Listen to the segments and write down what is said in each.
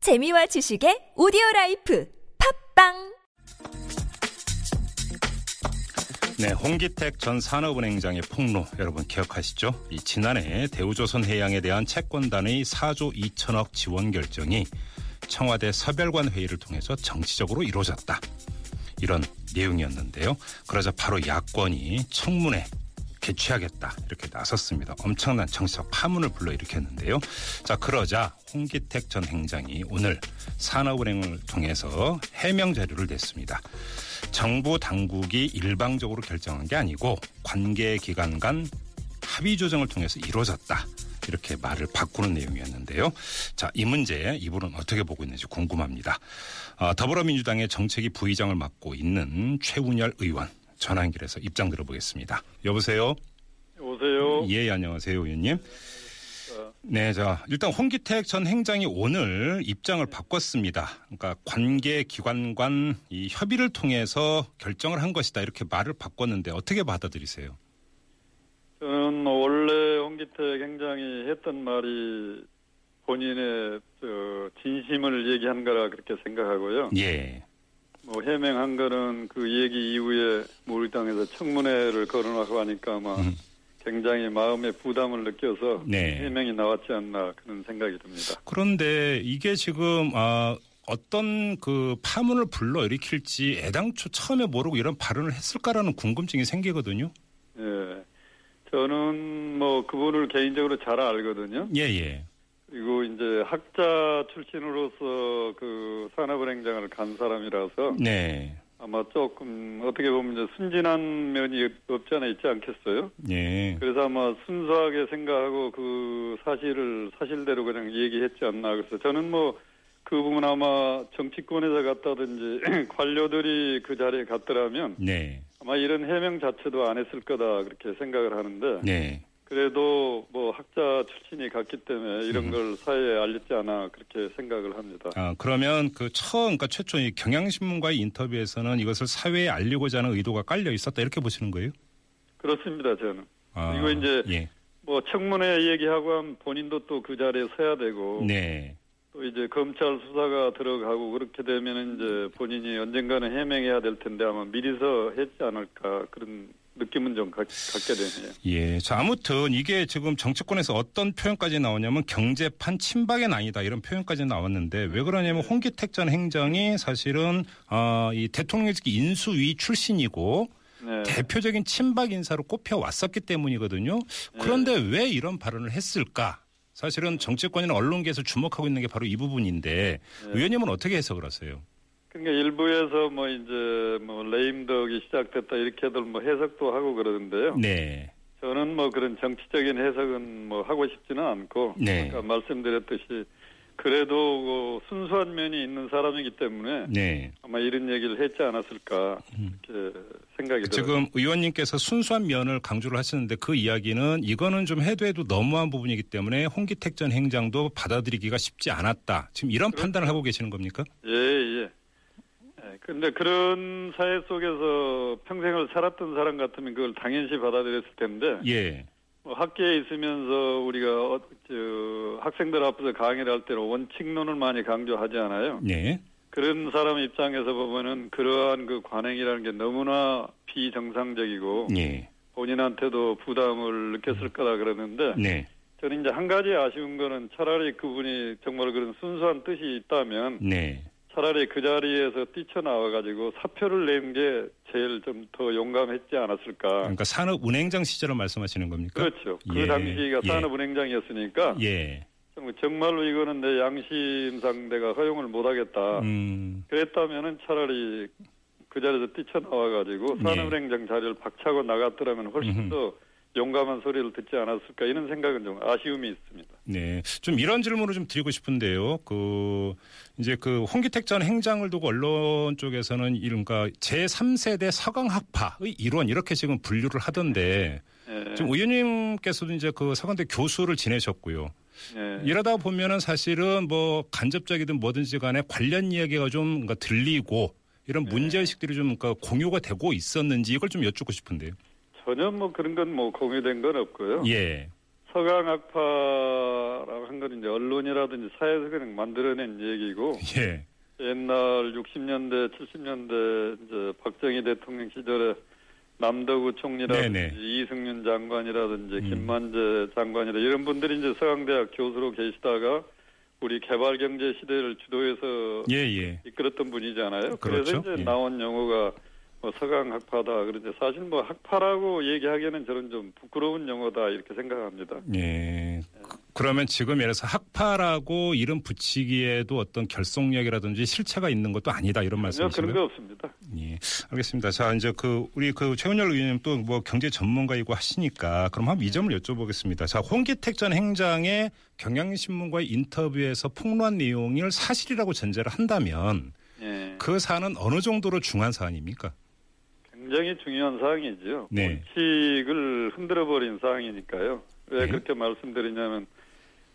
재미와 지식의 오디오 라이프 팝빵 네, 홍기택 전 산업은행장의 폭로 여러분 기억하시죠? 이 지난해 대우조선해양에 대한 채권단의 4조 2천억 지원 결정이 청와대 서별관 회의를 통해서 정치적으로 이루어졌다. 이런 내용이었는데요. 그러자 바로 야권이 청문회 개최하겠다 이렇게 나섰습니다. 엄청난 정치적 파문을 불러일으켰는데요. 자 그러자 홍기택 전 행장이 오늘 산업은행을 통해서 해명 자료를 냈습니다. 정부 당국이 일방적으로 결정한 게 아니고 관계 기관 간 합의 조정을 통해서 이루어졌다. 이렇게 말을 바꾸는 내용이었는데요. 자, 이 문제 이분은 어떻게 보고 있는지 궁금합니다. 아, 더불어민주당의 정책위 부의장을 맡고 있는 최운열 의원 전환길에서 입장 들어보겠습니다. 여보세요. 여보세요. 예, 안녕하세요, 의원님. 네, 자 일단 홍기택 전 행장이 오늘 입장을 바꿨습니다. 그러니까 관계 기관 간 이 협의를 통해서 결정을 한 것이다 이렇게 말을 바꿨는데 어떻게 받아들이세요? 저는 원래 홍기태 굉장히 했던 말이 본인의 저 진심을 얘기한 거라 그렇게 생각하고요. 예, 뭐 해명한 거는 그 얘기 이후에 우리당에서 청문회를 거론하고 하니까 아마 음. 굉장히 마음의 부담을 느껴서 네. 해명이 나왔지 않나 그런 생각이 듭니다. 그런데 이게 지금 아, 어떤 그 파문을 불러 일으킬지 애당초 처음에 모르고 이런 발언을 했을까라는 궁금증이 생기거든요. 예. 저는 뭐 그분을 개인적으로 잘 알거든요. 예, 예, 그리고 이제 학자 출신으로서 그 산업은행장을 간 사람이라서 네, 아마 조금 어떻게 보면 이제 순진한 면이 없지 않아 있지 않겠어요? 예. 그래서 아마 순수하게 생각하고 그 사실을 사실대로 그냥 얘기했지 않나 그래서 저는 뭐 그 부분 아마 정치권에서 갔다든지 관료들이 그 자리에 갔더라면 네, 아마 이런 해명 자체도 안 했을 거다 그렇게 생각을 하는데 네. 그래도 뭐 학자 출신이 같기 때문에 음. 이런 걸 사회에 알렸지 않아 그렇게 생각을 합니다. 아, 그러면 그 처음, 그러니까 최초 이 경향신문과의 인터뷰에서는 이것을 사회에 알리고자 하는 의도가 깔려 있었다 이렇게 보시는 거예요? 그렇습니다, 저는. 아, 이거 이제- 예. 뭐 청문회 얘기하고 하면 본인도 또 그 자리에 서야 되고 네. 또 이제 검찰 수사가 들어가고 그렇게 되면 이제 본인이 언젠가는 해명해야 될 텐데 아마 미리서 했지 않을까 그런 느낌은 좀 갖, 게 되네요. 예. 자, 아무튼 이게 지금 정치권에서 어떤 표현까지 나오냐면 경제판 침박의 난이다 이런 표현까지 나왔는데 왜 그러냐면 홍기택 전 행장이 사실은 아, 이 대통령직 인수위 출신이고 네. 대표적인 친박 인사로 꼽혀 왔었기 때문이거든요. 그런데 왜 이런 발언을 했을까? 사실은 정치권이나 언론계에서 주목하고 있는 게 바로 이 부분인데 의원님은 어떻게 해석을 하세요? 그러니까 일부에서 뭐 이제 뭐 레임덕이 시작됐다 이렇게들 뭐 해석도 하고 그러는데요. 네, 저는 뭐 그런 정치적인 해석은 뭐 하고 싶지는 않고 네. 아까 말씀드렸듯이 그래도 그 순수한 면이 있는 사람이기 때문에 네. 아마 이런 얘기를 했지 않았을까 음. 이렇게 생각이 들어요. 지금 의원님께서 순수한 면을 강조를 하시는데 그 이야기는 이거는 좀 해도 해도 너무한 부분이기 때문에 홍기택 전 행장도 받아들이기가 쉽지 않았다. 지금 이런 판단을 하고 계시는 겁니까? 예, 예. 예, 근데 그런 사회 속에서 평생을 살았던 사람 같으면 그걸 당연시 받아들였을 텐데 예, 뭐 학계에 있으면서 우리가 어, 저, 학생들 앞에서 강의를 할 때는 원칙론을 많이 강조하지 않아요. 네, 그런 사람 입장에서 보면은 그러한 그 관행이라는 게 너무나 비정상적이고 예, 본인한테도 부담을 느꼈을 거라 그러는데 네, 저는 이제 한 가지 아쉬운 거는 차라리 그분이 정말 그런 순수한 뜻이 있다면 네. 차라리 그 자리에서 뛰쳐나와 가지고 사표를 낸 게 제일 좀 더 용감했지 않았을까. 그러니까 산업은행장 시절을 말씀하시는 겁니까? 그렇죠. 예, 그 당시가 예. 산업은행장이었으니까 예. 정- 정말로 이거는 내 양심 상대가 허용을 못하겠다. 음. 그랬다면은 차라리 그 자리에서 뛰쳐나와가지고 예. 산업은행장 자리를 박차고 나갔더라면 훨씬 음흠. 더 용감한 소리를 듣지 않았을까 이런 생각은 좀 아쉬움이 있습니다. 네. 좀 이런 질문을 좀 드리고 싶은데요. 그 이제 그 홍기택 전 행장을 두고 언론 쪽에서는 이른가 그러니까 제3세대 서강학파의 일원 이렇게 지금 분류를 하던데 예, 지금 의원님께서도 이제 그 서강대 교수를 지내셨고요. 예. 이러다 보면은 사실은 뭐 간접적이든 뭐든지 간에 관련 이야기가 좀 그러니까 들리고 이런 문제 의식들이 좀 그러니까 공유가 되고 있었는지 이걸 좀 여쭙고 싶은데요. 전혀 뭐 그런 건 뭐 공유된 건 없고요. 예. 서강학파라고 한 건 이제 언론이라든지 사회에서 그냥 만들어낸 얘기고 예. 옛날 60년대, 70년대 이제 박정희 대통령 시절에 남덕우 총리라든지 네네. 음. 이승윤 장관이라든지 김만재 장관이라 이런 분들이 이제 서강대학 교수로 계시다가 우리 개발 경제 시대를 주도해서 예, 예. 이끌었던 분이잖아요. 그래서 그렇죠. 이제 예. 나온 용어가 뭐 서강 학파다. 그런데 사실 뭐 학파라고 얘기하기에는 저는 좀 부끄러운 용어다 이렇게 생각합니다. 예. 그- 그러면 지금 예를 들어서 학파라고 이름 붙이기에도 어떤 결속력이라든지 실체가 있는 것도 아니다 이런 전혀 말씀이시고요. 그런 거 없습니다. 예, 알겠습니다. 자, 이제 그 우리 그 최은열 의원님 또 뭐 경제 전문가이고 하시니까 그럼 한번 이 점을 여쭤보겠습니다. 자, 홍기택 전 행장의 경향신문과의 인터뷰에서 폭로한 내용을 사실이라고 전제를 한다면 예. 그 사안은 어느 정도로 중한 사안입니까? 굉장히 중요한 사항이죠. 네. 원칙을 흔들어버린 사항이니까요. 왜 네. 그렇게 말씀드리냐면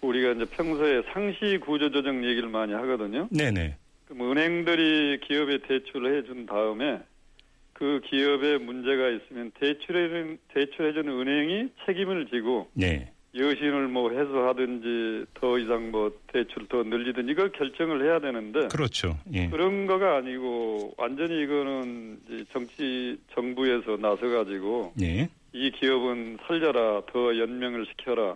우리가 이제 평소에 상시 구조조정 얘기를 많이 하거든요. 네네. 그럼 은행들이 기업에 대출을 해준 다음에 그 기업에 문제가 있으면 대출해준 대출해주는 은행이 책임을 지고 네. 여신을 뭐 해소하든지 더 이상 뭐 대출 더 늘리든 이걸 결정을 해야 되는데 그렇죠. 예. 그런 거가 아니고 완전히 이거는 이 정치 정부에서 나서 가지고 예. 이 기업은 살려라 더 연명을 시켜라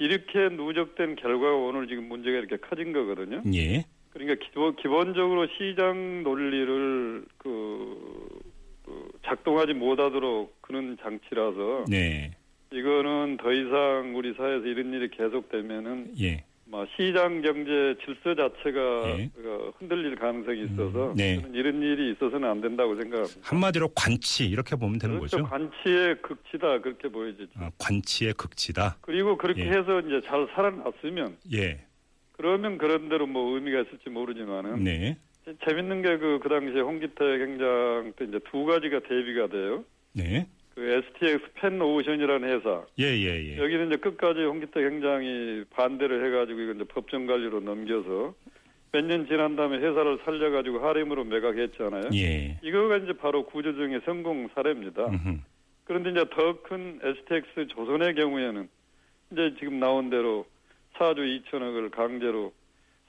이렇게 누적된 결과가 오늘 지금 문제가 이렇게 커진 거거든요. 예. 그러니까 기본, 기본적으로 시장 논리를 그, 그 작동하지 못하도록 그런 장치라서 네. 이거는 더 이상 우리 사회에서 이런 일이 계속되면은 예. 뭐 시장 경제 질서 자체가 예. 어, 흔들릴 가능성이 있어서 음, 네. 저는 이런 일이 있어서는 안 된다고 생각합니다. 한마디로 관치 이렇게 보면 되는 그렇죠. 거죠. 관치의 극치다 그렇게 보여지죠. 아, 관치의 극치다. 그리고 그렇게 예. 해서 이제 잘 살아났으면 예. 그러면 그런 대로 뭐 의미가 있을지 모르지만은 네. 재밌는 게 그 그 당시에 홍기태 행장 때 이제 두 가지가 대비가 돼요. 네. 그 STX 펜 오션이라는 회사 예, 예, 예. 여기는 이제 끝까지 홍기태 행장이 반대를 해가지고 이건 이제 법정 관리로 넘겨서 몇 년 지난 다음에 회사를 살려가지고 하림으로 매각했잖아요. 아. 예. 이거가 이제 바로 구조조정의 성공 사례입니다. 음흠. 그런데 이제 더 큰 STX 조선의 경우에는 이제 지금 나온 대로 4조 2천억을 강제로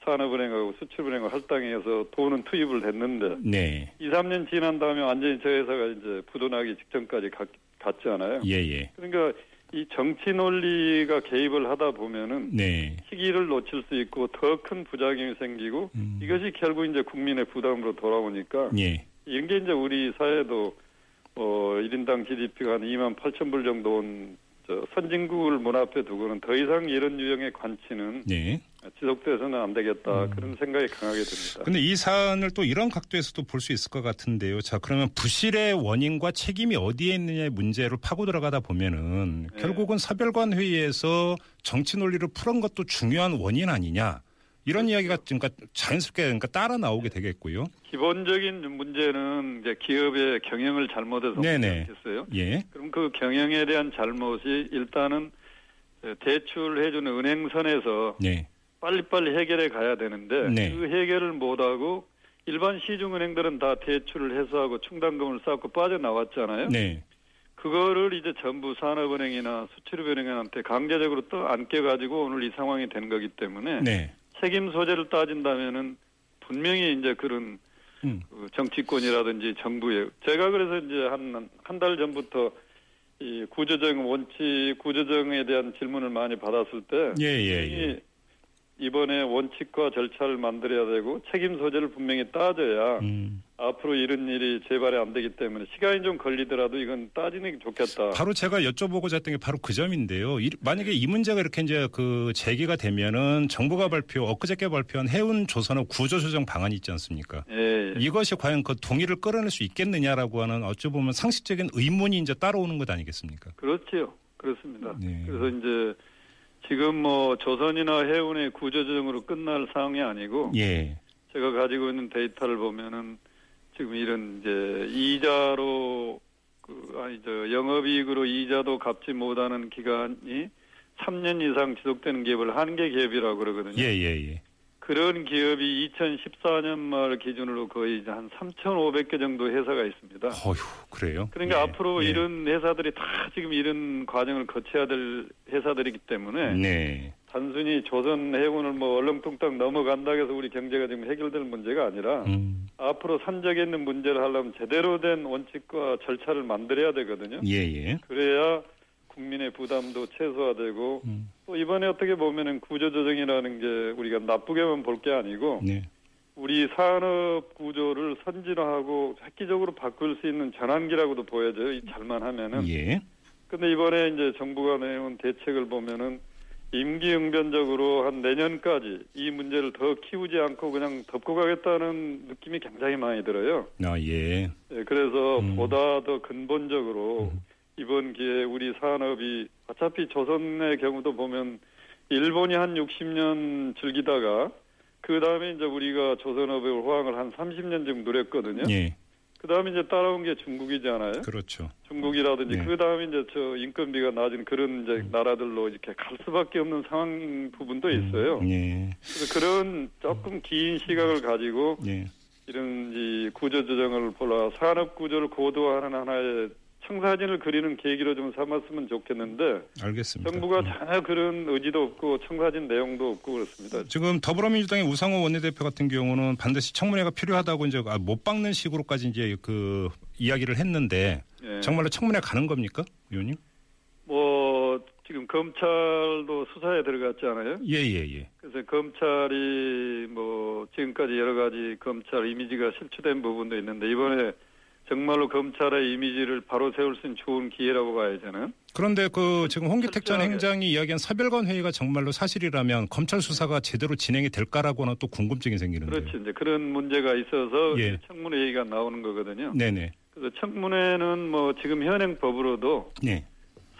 산업은행하고 수출은행을 할당해서 돈은 투입을 했는데 네. 2, 3년 지난 다음에 완전히 저 회사가 이제 부도나기 직전까지 갔, 갔잖아요. 예, 예. 그러니까 이 정치 논리가 개입을 하다 보면은 네. 시기를 놓칠 수 있고 더 큰 부작용이 생기고 음. 이것이 결국 이제 국민의 부담으로 돌아오니까 예. 이런 게 이제 우리 사회도 어 1인당 GDP가 한 2만 8천 불 정도 온 저 선진국을 문 앞에 두고는 더 이상 이런 유형의 관치는 네. 지속돼서는 안 음. 되겠다 그런 생각이 강하게 듭니다. 근데 이 사안을 또 이런 각도에서도 볼 수 있을 것 같은데요. 자, 그러면 부실의 원인과 책임이 어디에 있느냐의 문제로 파고 들어가다 보면은 네. 결국은 사별관 회의에서 정치 논리를 풀은 것도 중요한 원인 아니냐. 이런 그렇죠. 이야기가 그러니까 자연스럽게 그러니까 따라 나오게 되겠고요. 기본적인 문제는 이제 기업의 경영을 잘못해서 네네. 했어요. 예. 그럼 그 경영에 대한 잘못이 일단은 대출해주는 은행선에서 네. 빨리빨리 해결해 가야 되는데 네. 그 해결을 못하고 일반 시중은행들은 다 대출을 해소하고 충당금을 쌓고 빠져나왔잖아요. 네. 그거를 이제 전부 산업은행이나 수출은행한테 강제적으로 또 안겨가지고 오늘 이 상황이 된 거기 때문에 네. 책임 소재를 따진다면은 분명히 이제 그런 음. 그 정치권이라든지 정부에 예, 제가 그래서 이제 한 한 달 전부터 이 구조정 원칙 구조정에 대한 질문을 많이 받았을 때 예, 예, 예. 분명히 이번에 원칙과 절차를 만들어야 되고 책임 소재를 분명히 따져야 음. 앞으로 이런 일이 재발이 안 되기 때문에 시간이 좀 걸리더라도 이건 따지는 게 좋겠다. 바로 제가 여쭤보고자 했던 게 바로 그 점인데요. 이- 만약에 이 문제가 이렇게 이제 그 제기가 되면은 정부가 발표, 엊그저께 발표한 해운 조선업 구조조정 방안이 있지 않습니까? 예. 예. 이것이 과연 그 동의를 끌어낼 수 있겠느냐라고 하는 어찌 보면 상식적인 의문이 이제 따라오는 것 아니겠습니까? 그렇지요. 그렇습니다. 네. 그래서 이제 지금 뭐 조선이나 해운의 구조조정으로 끝날 상황이 아니고 예. 제가 가지고 있는 데이터를 보면은 지금 이런 이제 이자로 그 아니 저 영업이익으로 이자도 갚지 못하는 기간이 3년 이상 지속되는 기업을 한계 기업이라고 그러거든요. 예, 예, 예. 그런 기업이 2014년 말 기준으로 거의 이제 한 3,500개 정도 회사가 있습니다. 어휴, 그래요? 그러니까 예, 앞으로 예. 이런 회사들이 다 지금 이런 과정을 거쳐야 될 회사들이기 때문에 네. 단순히 조선 해운을 뭐 얼렁뚱땅 넘어간다 해서 우리 경제가 지금 해결될 문제가 아니라 음, 앞으로 산적에 있는 문제를 하려면 제대로 된 원칙과 절차를 만들어야 되거든요. 예, 예. 그래야 국민의 부담도 최소화되고 음, 또 이번에 어떻게 보면은 구조조정이라는 게 우리가 나쁘게만 볼 게 아니고 네. 우리 산업 구조를 선진화하고 획기적으로 바꿀 수 있는 전환기라고도 보여져요. 이 잘만 하면은. 예. 근데 이번에 이제 정부가 내온 대책을 보면은 임기응변적으로 한 내년까지 이 문제를 더 키우지 않고 그냥 덮고 가겠다는 느낌이 굉장히 많이 들어요. 아, 예. 예, 그래서 음. 보다 더 근본적으로 이번 기회에 우리 산업이 어차피 조선의 경우도 보면 일본이 한 60년 즐기다가 그 다음에 이제 우리가 조선업의 호황을 한 30년 지금 누렸거든요. 예. 그 다음에 이제 따라온 게 중국이잖아요. 그렇죠. 중국이라든지 네. 그 다음에 이제 저 인건비가 낮은 그런 이제 음. 나라들로 이렇게 갈 수밖에 없는 상황 부분도 있어요. 예. 그래서 그런 조금 긴 시각을 가지고 예. 이런 이 구조조정을 보라 산업 구조를 고도화하는 하나의 청사진을 그리는 계기로 좀 삼았으면 좋겠는데 알겠습니다. 정부가 음. 전혀 그런 의지도 없고 청사진 내용도 없고 그렇습니다. 지금 더불어민주당의 우상호 원내대표 같은 경우는 반드시 청문회가 필요하다고 이제 아, 못 박는 식으로까지 이제 그 이야기를 했는데 예. 정말로 청문회 가는 겁니까, 의원님? 뭐 지금 검찰도 수사에 들어갔잖아요. 예, 예, 예. 그래서 검찰이 뭐 지금까지 여러 가지 검찰 이미지가 실추된 부분도 있는데 이번에 정말로 검찰의 이미지를 바로 세울 수 있는 좋은 기회라고 봐야 되는. 그런데 그 지금 홍기택 전 철저하게. 행장이 이야기한 사별관 회의가 정말로 사실이라면 검찰 수사가 제대로 진행이 될까라고는 또 궁금증이 생기는데요. 그렇지 이제 그런 문제가 있어서 네. 예. 청문회 얘기가 나오는 거거든요. 네네. 그래서 청문회는 뭐 지금 현행법으로도 네.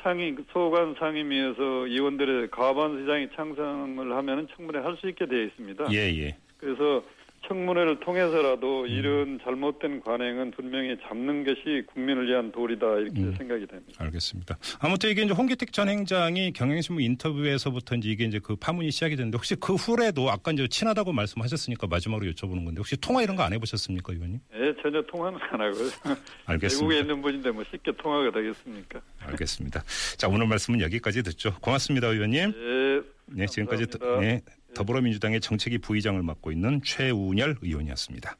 상임 소관 상임위에서 의원들의 과반 수장이 창상을 하면은 청문회 할 수 있게 되어 있습니다. 예, 음. 예. 그래서 청문회를 통해서라도 이런 잘못된 관행은 분명히 잡는 것이 국민을 위한 도리다 이렇게 음. 생각이 됩니다. 알겠습니다. 아무튼 이게 이제 홍기택 전 행장이 경향신문 인터뷰에서부터 이제 이게 이제 그 파문이 시작이 됐는데 혹시 그 후에도 아까 이제 친하다고 말씀하셨으니까 마지막으로 여쭤보는 건데 혹시 통화 이런 거 안 해보셨습니까, 의원님? 예, 전혀 통화는 안 하고요. 외국에 알겠습니다. 있는 분인데 뭐 쉽게 통화가 되겠습니까? 알겠습니다. 자, 오늘 말씀은 여기까지 듣죠. 고맙습니다, 의원님. 예, 네, 지금까지 더, 감사합니다. 예. 네, 더불어민주당의 정책위 부의장을 맡고 있는 최운열 의원이었습니다.